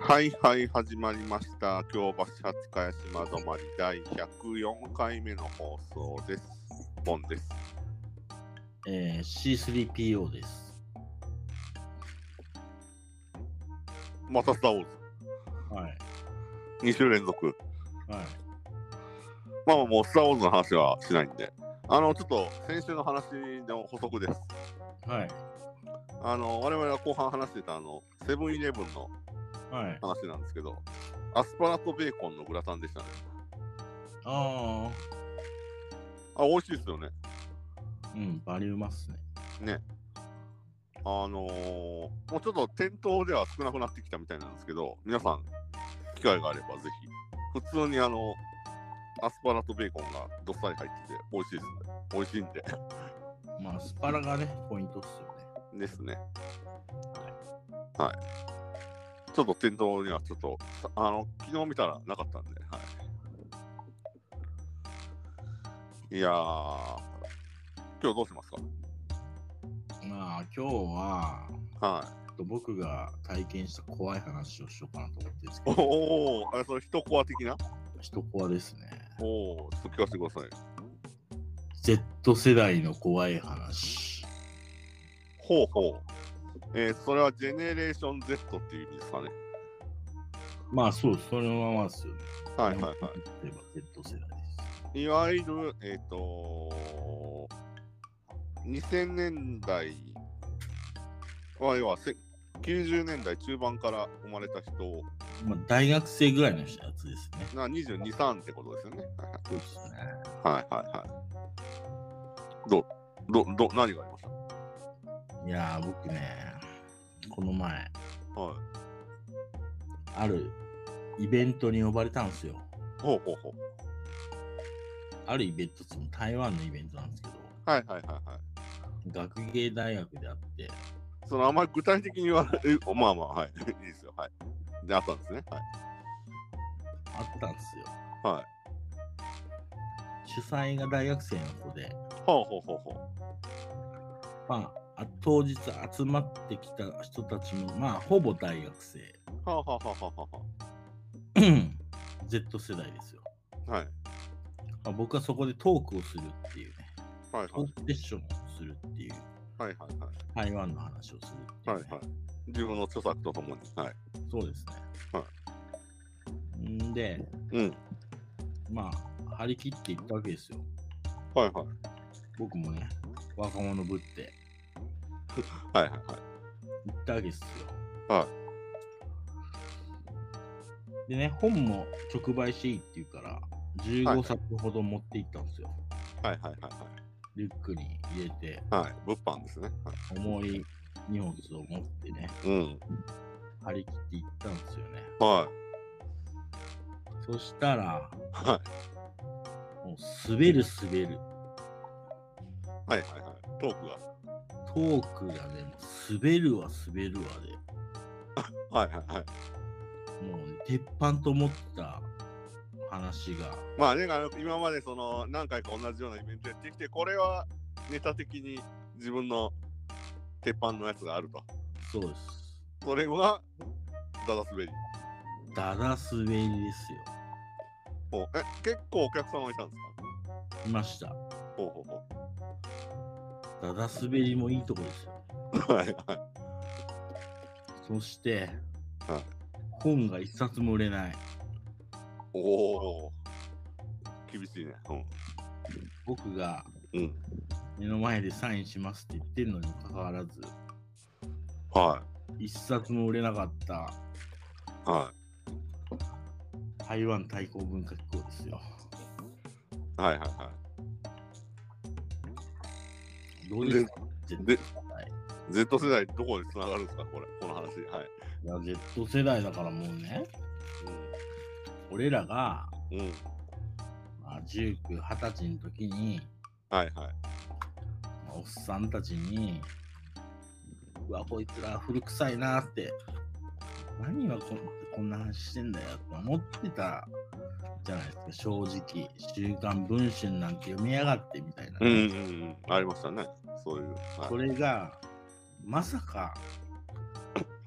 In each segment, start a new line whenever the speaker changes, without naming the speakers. はいはい始まりました京橋初茅島止まり第104回目の放送ですボンです
えー、C3PO です。
またスターウォー
はい。
ズ2週連続
はい。
まあまあもうスターウォーズの話はしないんであのちょっと先週の話の補足です
はい。
あの我々が後半話してたあのセブンイレブンの
はい。
話なんですけどアスパラとベーコンのグラタンでしたね
あ
あ美味しいですよね
あ。うん、バリうまっすね。
ねあのーもうちょっと店頭では少なくなってきたみたいなんですけど皆さん機会があればぜひ普通にあのアスパラとベーコンがどっさり入ってて美味しいですね美味しいんで
まあ、アスパラがね、ポイントっすよね。
ですねはいちょっと店頭にはちょっとさあの昨日見たらなかったんではいいやー今日どうします
まあ、今日は、
かはい
ちょっと僕が体験した怖い話をしようかなと思ってるんですけど、
おおあれそれ一コア的な
人怖ですね。
おおちょっと聞かせてください
Z 世代の怖い話。
ほうほう。えーそれはジェネレーション Z っていう意味ですかね。
まあ、そう、そのままですよね。
はいはい
日本
は
で言えば Z 世代です。
い。いわゆる、えっ、と2000年代は、要はせ90年代中盤から生まれた人
まあ、大学生ぐらいの人やつですね。
な22、3ってことですよね。
そうですね。
はいはいはい。どう、ど、ど、何がありました
いやー、僕ね、この前、
はい。
あるイベントに呼ばれたんですよ。
ほうほうほう。
あるイベントっつっても台湾のイベントなんですけど、
はいはいはいはい。
学芸大学であって、
そのあんまり具体的に言わない、まあまあ、はい。 いいですよ。はい。で、あったんですね。はい。
あったんですよ。
はい。
主催が大学生の子で、
ほうほうほうほう。
まあ、あ当日集まってきた人たちも、まあ、ほぼ大学生。
はあはあはあはあは
Z 世代ですよ。
あはい。
まあ、僕はそこでトークをするっていうね、
はい
トークセッションをするっていう、
はいはいはいはい
台湾の話をするっていう
はい
ね、
はい。自分の著作とともに。はい。
そうですね。
は
んで、
うん。
まあ、張り切っていったわけですよ。
はいはい。
僕もね、若者ぶって
はいはいはい。
行ったわけですよ。。
はい
でね、本も直売していいっていうから、
はいは
15
い
冊ほど持って行ったんですよ。
はいはいはい
リュックに入れて、
はい。はい。物販ですね。はい、
重い荷物を持ってね、
うん。
張り切って行ったんですよね。
は
そしたら、
い。は
もう滑る滑る。
い。はいはいはい。トークが。
トークがね、もう滑るわ滑るわ
はいはいはい。
で、もう、ね、鉄板と思った話が、
まあね、あの今までその何回か同じようなイベントやってきて、これはネタ的に自分の鉄板のやつがあると。
そうです。
それは、ダダ滑り。
だだ滑りですよ。
ほうえ、結構お客様いたんですか
いました。
ほうほうほ
だだ滑りもいいとこですよ。
う。はいはい。
そして、
はい
本が一冊も売れない。
おお。厳しいね。うん。
僕が
うん
目の前でサインしますって言ってるのにもかかわらず、
は
一冊も売れなかった
い。は
台湾対抗文化機構ですよ。
い。はいはいは
どうですか
で
?Z 世代。
い。Z 世代どこでつながるんですかこれ、この話。はい。
いや Z 世代だからもうね、俺らが、
うん。うん。
まあ、19、20歳の時に、
はいはい。
まあおっさんたちに、うわ、こいつら古臭いなって、何がこんこんな話してんだよって思ってたじゃないですか、正直。週刊文春なんて読みやがってみたいな。
うんうんうん。ありましたね。そういう。は
それが、まさか、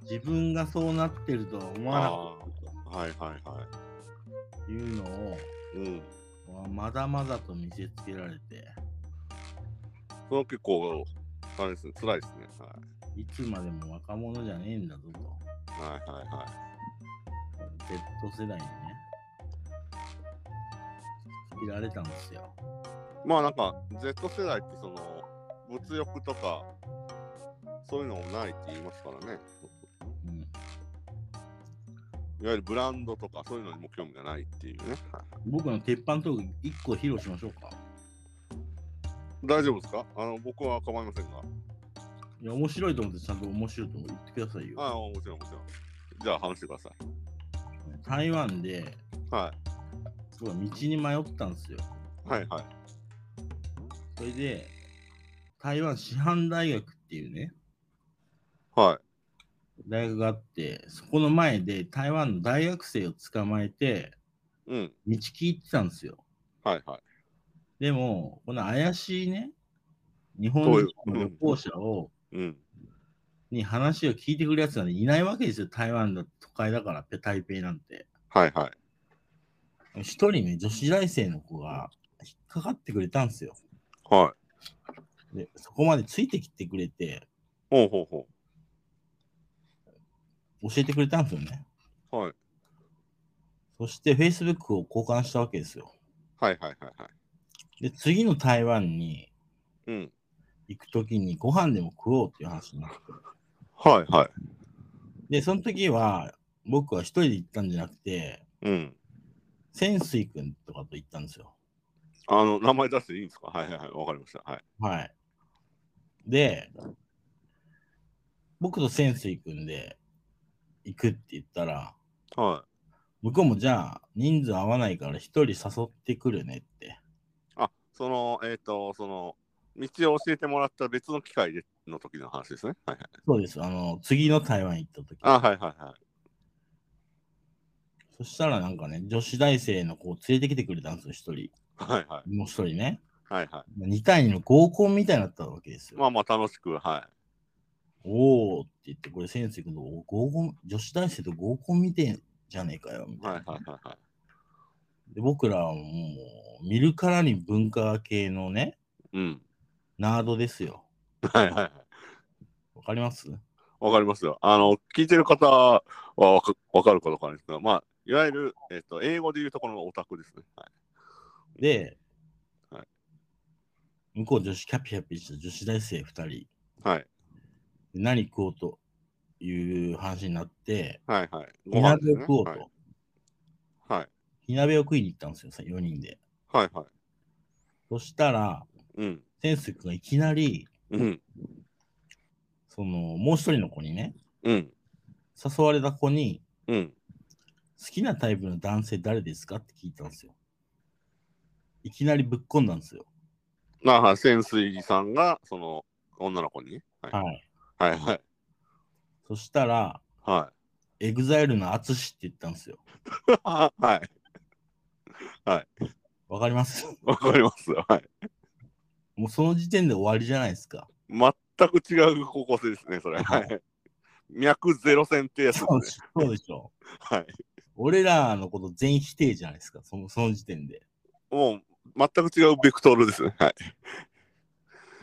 自分がそうなってるとは思わなかっ
はいはいは
たというのを、
い。うん。
まだまだと見せつけられて、
それは結構、あれですね、辛いですね。はい
つまでも若者じゃねえんだぞと。
い。はいはいは
Z 世代にね、切られたんですよ。
い。まあなんか、Z 世代ってその、物欲とか、そういうのもないって言いますからね。
うん、
いわゆるブランドとか、そういうのにも興味がないっていうね。はい
僕の鉄板トーク1個披露しましょうか。
大丈夫ですかあの僕は構いませんが。
いや、面白いと思ってちゃんと面白いと思って言ってくださいよ。
ああ、もちろんもちろん。じゃあ話してください。
台湾で、
は
僕は道に迷ったんですよ。
い。はいはい。
それで、台湾師範大学っていうね、
はい。
大学があって、そこの前で台湾の大学生を捕まえて、
うん。
道聞いてたんですよ。
はいはい。
でも、この怪しいね、日本
そうよ
人の旅行者を、
うん。
に話を聞いてくるやつなんていないわけですよ、台湾だ都会だから、ペ台北なんて。
はいはい。
一人ね、女子大生の子が引っかかってくれたんですよ。
はい。
で、そこまでついてきてくれて、
ほうほうほ
教えてくれたんですよね。
う。はい。
そして、Facebook を交換したわけですよ。
はいはいはいはい。
で、次の台湾に
うん。
行くときにご飯でも食おうっていう話になって。
はいは
で、その時は、僕は一人で行ったんじゃなくて、
い。うん。
潜水君とかと行ったんですよ。
あの、名前出していいんですかはいはいはい。わかりました。はい。
はい。で、僕と潜水君で行くって言ったら、
は
向こうもじゃあ人数合わないから一人誘ってくるねって。
い。あ、その、えっ、と、その、道を教えてもらった別の機会での時の話ですね。はいはい。
そうです。あの、次の台湾行った時。
あ、はいはいはい。
そしたらなんかね、女子大生の子を連れてきてくれたんですよ、一人。
はいはい。
もう一人ね。
はいは
2対2の合コンみたいになったわけです
い。
よ。
まあまあ楽しく、は
おーって言って、これ潜水君のお合コン、女子大生と合コン見てんじゃねえかよ、み
い。
たい
はい
な。
はいはいはい。
で僕らはもう、見るからに文化系のね、
うん。
ナードですよ。
はいはいはい。
わかります
わかりますよ。あの、聞いてる方はわかわかるかどうかなんですが、まあ、いわゆる、えっと、英語で言うところのオタクですね。はい、
で、
はい
向こう女子キャピキャピした女子大生2人、で
はい、
何食おうという話になって、
はい、はい。
火鍋を
ね
食おうと、
はい、はい、
火鍋を食いに行ったんですよ、4人で。
はい、はい。
そしたら、
うん、
天水君がいきなり、
うん、
その、もう一人の子にね、
うん、
誘われた子に、
うん。
好きなタイプの男性誰ですかって聞いたんですよ。いきなりぶっこんだんですよ。
まあ、はい潜水さんが、その、女の子にね。はい、
はい。
はい、はい。
そしたら、
は
エグザイルのアツシって言ったんですよ。
い。はい。
わかります
わかりますよ。はい。
もうその時点で終わりじゃないですか。
全く違う高校生ですね、それ。はい。脈ゼロ戦ってやつ
そう
で
です
ね。
しょ。そうでしょ
はい。
俺らのこと全否定じゃないですか。そのその時点で。
もう、全く違うベクトルですね。はい。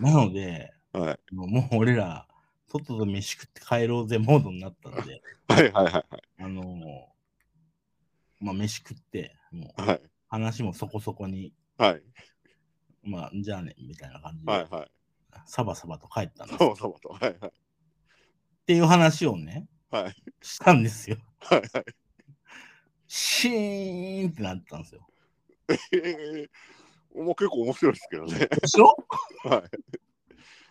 なので、
はい。
もうもう俺ら、とっとと飯食って帰ろうぜモードになったんで、
はい、はい、はい
あのーまあ飯食って、もう
はい。
話もそこそこに、
はい。
まあじゃあね、みたいな感じで、
はい、はい。
サバサバと帰ったんです。っ
そうそうそう。はいはい。
ていう話をね、
はい
したんですよ。
はいはい。
シーンってなったんですよ。
えー、もう結構面白いですけどね。
でしょ
はい。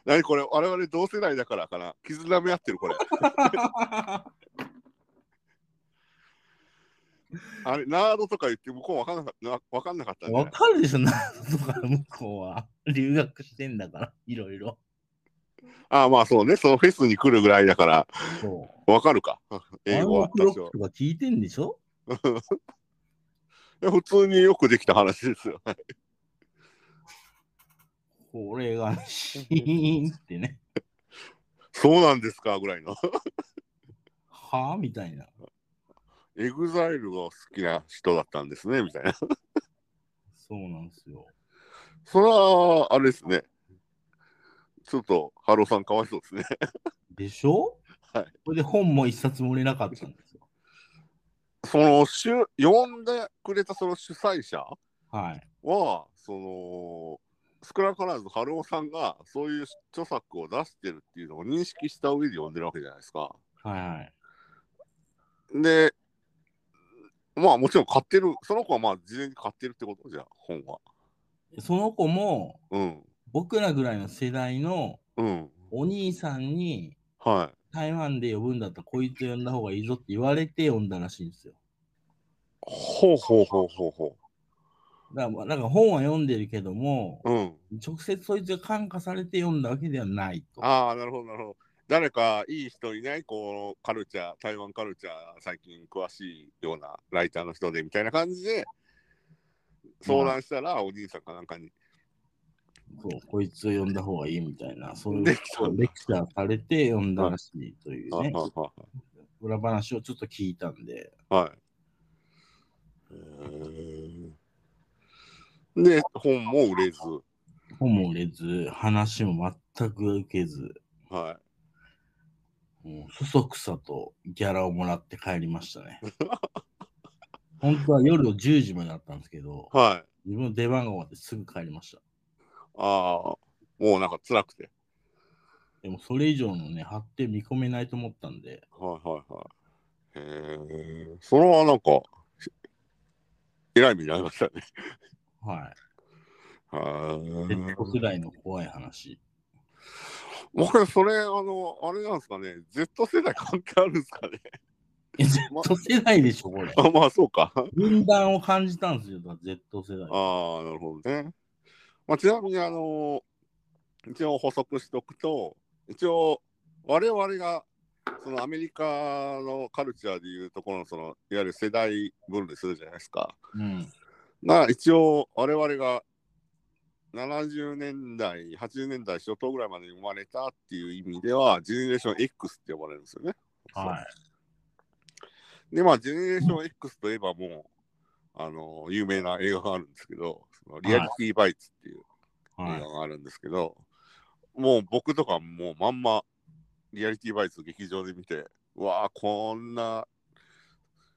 何これ、我々同世代だからかな。絆め合ってるこれ。あれ、ナードとか言って向こうわかんなかったな。わかんなかったんじゃ
わ
ない
かるでしょ、なんとか向こうは。留学してんだから、いろいろ。
ああ、まあそうね。そのフェスに来るぐらいだから、
そう。
わかるか。英語は
ワ
多
ンオクロッ
少
ク。とか聞いてんでしょ
いや普通によくできた話ですよ。はい
これがシーンってね。
そうなんですかぐらいの。
はあみたいな。
エグザイルが好きな人だったんですね、みたいな。
そうなんですよ。
それは、あれですね。ちょっと、ハローさんかわいそうですね。
でしょ
はい。
これで本も一冊も売れなかったんですよ。
その、しゅ呼んでくれたその主催者
はい。
は、その、少なからずハローさんがそういう著作を出してるっていうのを認識した上で呼んでるわけじゃないですか。
はいはい。
で、まあもちろん買ってる、その子はまあ事前に買ってるってことじゃん、本は。
その子も、
うん。
僕らぐらいの世代の
うん。
お兄さんに、
は
台湾で呼ぶんだったらこいつ呼んだ方がいいぞって言われて呼んだらしいんですよ。
い。ほうほうほうほうほ
だからまあなんか本は読んでるけども、
う。うん。
直接そいつが感化されて読んだわけではないと。
ああ、なるほど、なるほど。誰かいい人いないこう、カルチャー、台湾カルチャー、最近詳しいようなライターの人でみたいな感じで、相談したら、お兄さんかなんかに。
そうこいつを読んだ方がいいみたいな、そういう
できたんだ
レクチャーされて読んだらしいという
は
ね、
いは
裏話をちょっと聞いたんで、
いはい。はい。で、本も売れず。
本も売れず、話も全く受けず、
はい。
もうそそくさとギャラをもらって帰りました ね。本当は夜の10時までだったんですけど、
はい。
自分の出番が終わってすぐ帰りました。
ああ、もうなんか辛くて。
でもそれ以上のね、発展見込めないと思ったんで、
はいはいはい。へえ、それはなんか、えらい目に遭いましたね。
は。
はいい。
別国代の怖い話。
僕、それ、あの、あれなんですかね、Z 世代関係あるんですかね。
え、Z 世代でしょ、これ。
あ、まあ、そうか。あ
分断を感じたんですよ、だから Z 世代。
あ、なるほどね。まあ、ちなみに、あの、一応補足しておくと、一応、我々が、そのアメリカのカルチャーでいうところの、その、いわゆる世代分類するじゃないですか。
うん。
まあ一応我々が70年代80年代初頭ぐらいまでに生まれたっていう意味ではジェネレーション X って呼ばれるんですよね。
は
でまあジェネレーション X といえばもうあの有名な映画があるんですけど「そのリアリティ・バイツ」っていう
い。
映
は
画
い。
があるんですけど、もう僕とかもうまんまリアリティ・バイツ劇場で見てうわあこんな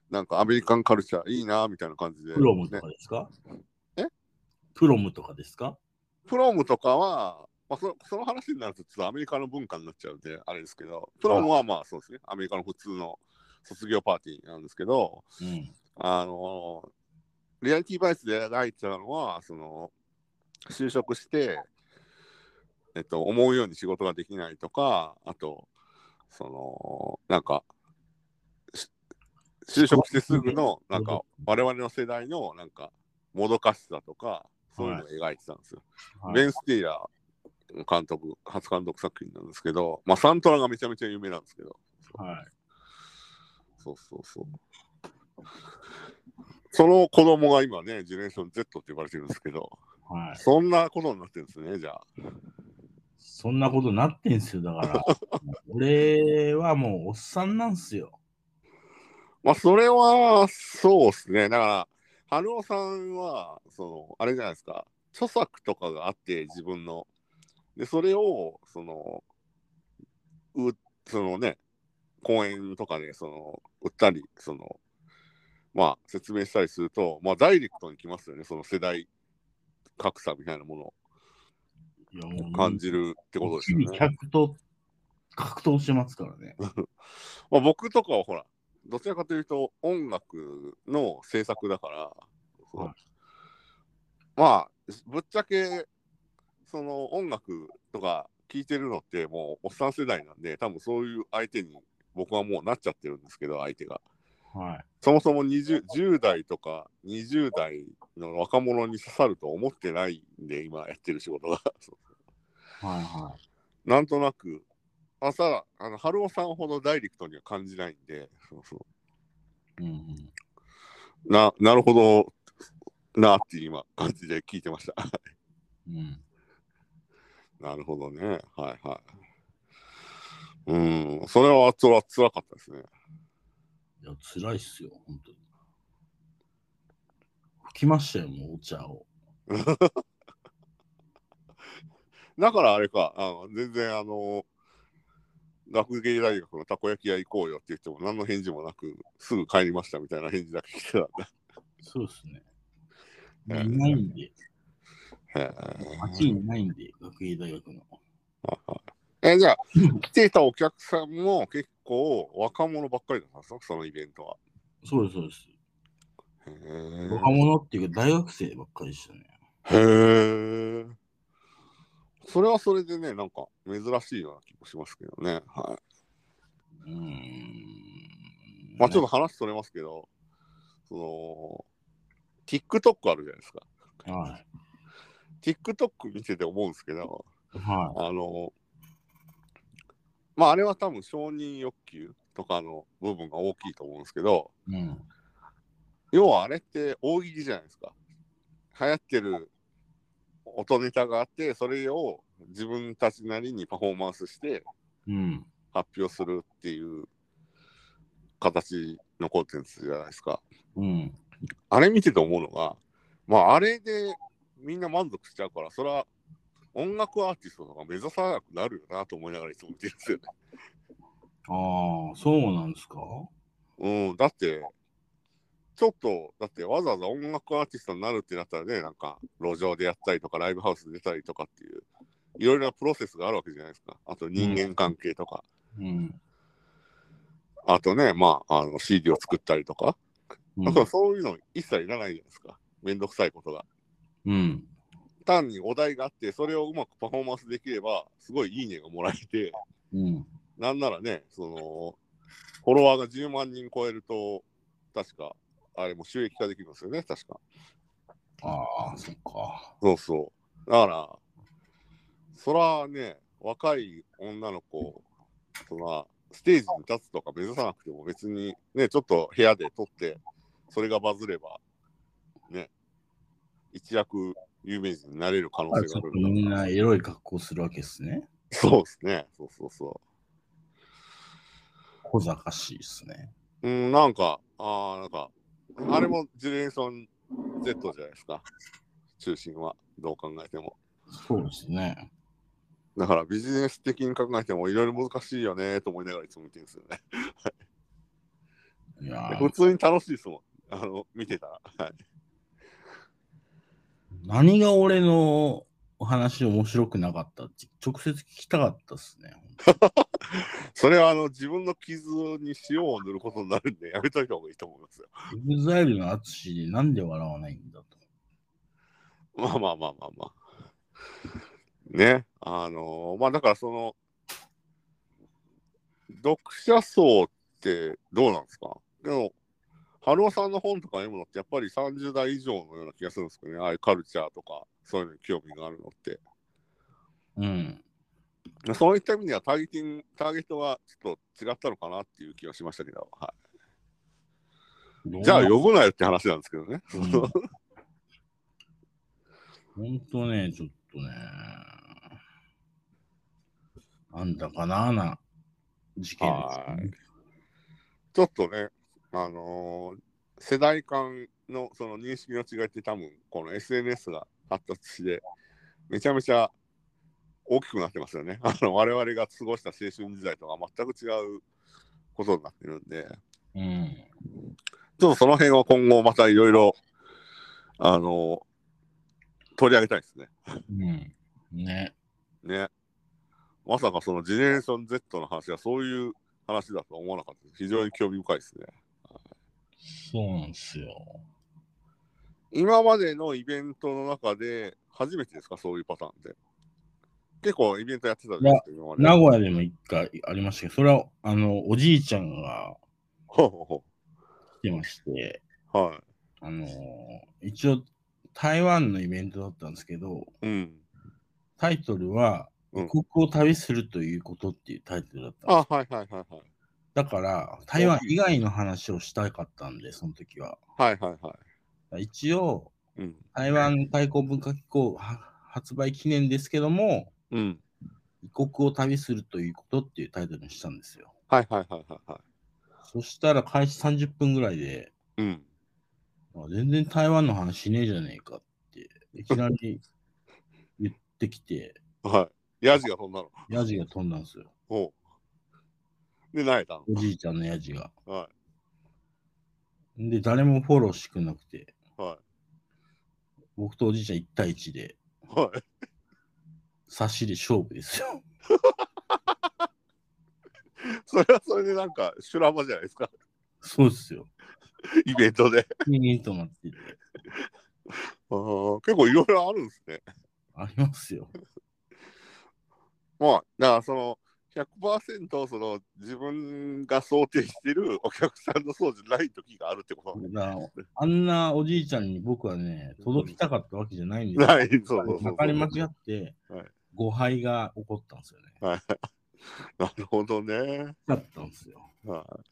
なんかアメリカンカルチャーいいなみたいな感じで、
プロム
ね
とかですか、
え
プロムとかですか
プロムとかは、まあ、そその話になるとちょっとアメリカの文化になっちゃうんであれですけどプロムはまあそうですねアメリカの普通の卒業パーティーなんですけど
うん。
あのリアリティバイスで描いてたのはその就職して、えっと、思うように仕事ができないとかあとそのなんかし就職してすぐのなんか我々の世代のなんかもどかしさとかそういうのを描いてたんですよ。
はい
ベン・スティーラー監督、初監督作品なんですけど、まあ、サントラがめちゃめちゃ有名なんですけど、
はい。
そうそうそう。その子供が今ね、ジェネレーション Z って呼ばれてるんですけど、
はい。
そんなことになってるんですね、じゃあ。
そんなことなってんすよ、だから。俺はもうおっさんなんすよ。
まあ、それは、そうですね。だから、春尾さんは、その、あれじゃないですか、著作とかがあって、自分の。で、それを、その、う、そのね、講演とかで、その、売ったり、その、まあ、説明したりすると、まあ、ダイレクトに来ますよね、その世代格差みたいなものを
いやもう
感じるってことですよ
日々
ね。
客と格闘してますからね。
まあ、僕とかはほら、どちらかというと音楽の制作だから、その
はい
まあ、ぶっちゃけ、その音楽とか聴いてるのってもうおっさん世代なんで、多分そういう相手に僕はもうなっちゃってるんですけど、相手が。
はい。
そもそも 20, 10代とか20代の若者に刺さると思ってないんで、今やってる仕事が。
はいはい。
なんとなく、あさら、あの、春尾さんほどダイレクトには感じないんで、そうそう。
うんうん、
な、なるほどなって今感じで聞いてました。
うん。
なるほどね。はいはい。うん、それは、それは辛かったですね。
いや、辛いっすよ、本当に。吹きましたよ、もうお茶を。
だからあれか、あの全然あの、学芸大学のたこ焼き屋行こうよって言っても何の返事もなく、すぐ帰りましたみたいな返事だけ来てたんだ。
そうですね。
ええ
いないんで、
へ
街にいないんで、学芸大学の。
ええ、じゃあ、来ていたお客さんも結構若者ばっかりだったんですか、そのイベントは。
そうです、そうです。
へ
若者っていうか、大学生ばっかりでしたね。
え。へえ。それはそれでね、なんか珍しいような気もしますけどね。はい。
うーん。
まあちょっと
っ
話それますけど、その、TikTok あるじゃないですか。
と。は
TikTok 見てて思うんですけど、
い。は
あの、まああれは多分承認欲求とかの部分が大きいと思うんですけど、
い。うん。
要はあれって大喜利じゃないですか。流行ってる音ネタがあって、それを自分たちなりにパフォーマンスして
うん。
発表するっていう形のコンテンツじゃないですか。
うん。
あれ見てて思うのが、まあ、あれでみんな満足しちゃうから、それは音楽アーティストとか目指さなくなるよなと思いながらいつも見てるんですよ
ああ、そうなんですか
ね。うん、だって、ちょっと、だってわざわざ音楽アーティストになるってなったらね、なんか路上でやったりとか、ライブハウスで出たりとかっていう、いろいろなプロセスがあるわけじゃないですか。あと人間関係とか、
うん。
あとね、まあ、あの CD を作ったりとか、
う
だ
ん
からそういうの一切いらないじゃないですか。めんどくさいことが。
うん。
単にお題があって、それをうまくパフォーマンスできれば、すごいいいねがもらえて、
うん。
なんならね、その、フォロワーが10万人超えると、確か、あれも収益化できるんですよね、確か。
ああ、そっか。
そうそう。だから、そらね、若い女の子、そら、ステージに立つとか目指さなくても別に、ね、ちょっと部屋で撮って、それがバズれば、ね、一躍有名人になれる可能
まあ
性
ちょ
が
っ
あ
と
る
みんなエロい格好するわけですね。
そうですね。そうそうそ
小賢しいですね。
う。うん、なんか、ああ、なんか、あれもジェネレーション Z じゃないですか。中心は、どう考えても。
そうですね。
だからビジネス的に考えてもいろいろ難しいよねと思いながらいつも見てるんですよね。
いやー
普通に楽しいですもん。あの、見てたら。 はい。
何が俺のお話面白くなかったって直接聞きたかったですね。
それはあの、自分の傷に塩を塗ることになるんで、やめといた方がいいと思いますよ。
エグザイルの淳でなんで笑わないんだと。
まあまあまあまあまあ。ね。あのーまあだからその、読者層ってどうなんですかでも、春尾さんの本とか読むのってやっぱり30代以上のような気がするんですけどね。ああいうカルチャーとか、そういうのに興味があるのって。
うん。
そういった意味ではターゲティング、ターゲットがちょっと違ったのかなっていう気がしましたけど、は
どう
い、じゃあ呼ぶなよって話なんですけどね。
うん ほんとね、ちょっとね、なんだかなーな事件ですね。
ちょっとね、あのー世代間のその認識の違いって多分、この SNS が発達して、めちゃめちゃ大きくなってますよね。 あの我々が過ごした青春時代とは全く違うことになってるんで、
うん。
ちょっとその辺は今後またいろいろ、あのー取り上げたいですね。
うん。ね。
ね。まさかそのジェネレーション Z の話がそういう話だとは思わなかったです。非常に興味深いですね。
そうなんですよ。
今までのイベントの中で初めてですか、そういうパターンで。結構イベントやってたんですけど、今まで。
名古屋でも一回ありましたけど、それは、あの、おじいちゃんが
ほうほうほ
来てまして、
うは
あの、一応、台湾のイベントだったんですけど、
い。うん。
タイトルは、
うん
異国を旅するということっていうタイトルだったん
あ、
です。
はいはいはいはい。
だから、台湾以外の話をしたかったんで、その時は。
はいはいは
一応、
い。うん。
台湾対抗文化機構は発売記念ですけども、
うん。
異国を旅するということっていうタイトルにしたんですよ。
はいはいはいはいはい。
そしたら開始30分ぐらいで、
うん。
あ全然台湾の話しねえじゃねえかって、いきなり言ってきて、
はい。ヤジがそんなの。
ヤジが飛んだんですよ。
ほう。で、泣いたの。
おじいちゃんのヤジが。
は
で、誰もフォローしてくれなくて、
い。は
僕とおじいちゃん1対1で、
い。はい。
差しで勝負ですよ。
それはそれでなんか、修羅場じゃないですか。
そうですよ。
イベントで。
ピーンとなってて、
あー結構いろいろあるんですね。
ありますよ。
まあ、だからその、100%その自分が想定してるお客さんのそうじゃない時があるってこと
だからあんなおじいちゃんに僕はね、届きたかったわけじゃないんですよ。
ない、そうそうそうそう。
まかり間違って
はい、
誤配が起こったんですよね。
なるほどね。
だったんですよ。
はい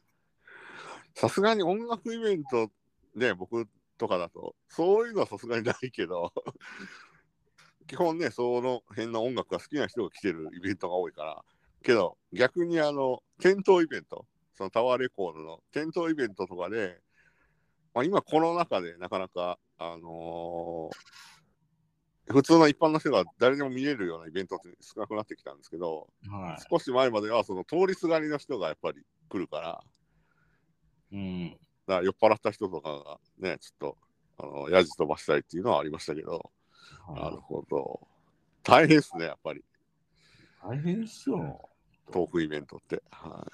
さすがに音楽イベントね、僕とかだと、そういうのはさすがにないけど、 基本ね、その辺の音楽が好きな人が来てるイベントが多いから、けど逆にあの、店頭イベント、そのタワーレコードの店頭イベントとかで、まあ、今コロナ禍でなかなか、あのー普通の一般の人が誰でも見れるようなイベントって少なくなってきたんですけど、
は
少し前まではその通りすがりの人がやっぱり来るから、だか
い。うん。
ら酔っ払った人とかがね、ちょっと、あの、やじ飛ばしたいっていうのはありましたけど、なるほど。大変ですね、やっぱり、
大変ですよ。も
トークイベントって。は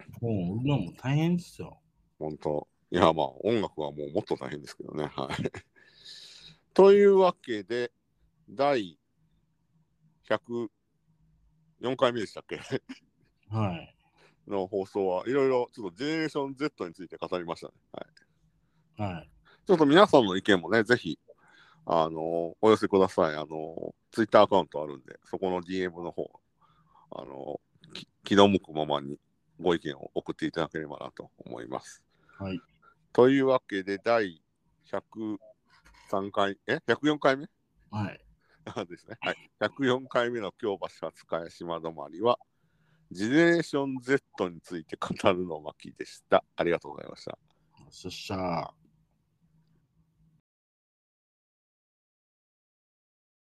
い。
う、俺らも大変ですよ。
本当いや、まあ、音楽はもうもっと大変ですけどね。はい。 というわけで、第104回目でしたっけ
はい。
の放送はいろいろちょっとジェネレーション Z について語りましたね。はい。
はい。
ちょっと皆さんの意見もね、ぜひ、あのお寄せください。あのツイッターアカウントあるんで、そこの DM の方、あのき気の向くままにご意見を送っていただければなと思います。
はい。
というわけで、第103回、え ?104 回目
はい。
ですね。はい。104回目の京橋扱い島止まりは、ジェネレーション Z について語るの巻でした。ありがとうございました。
そしたら。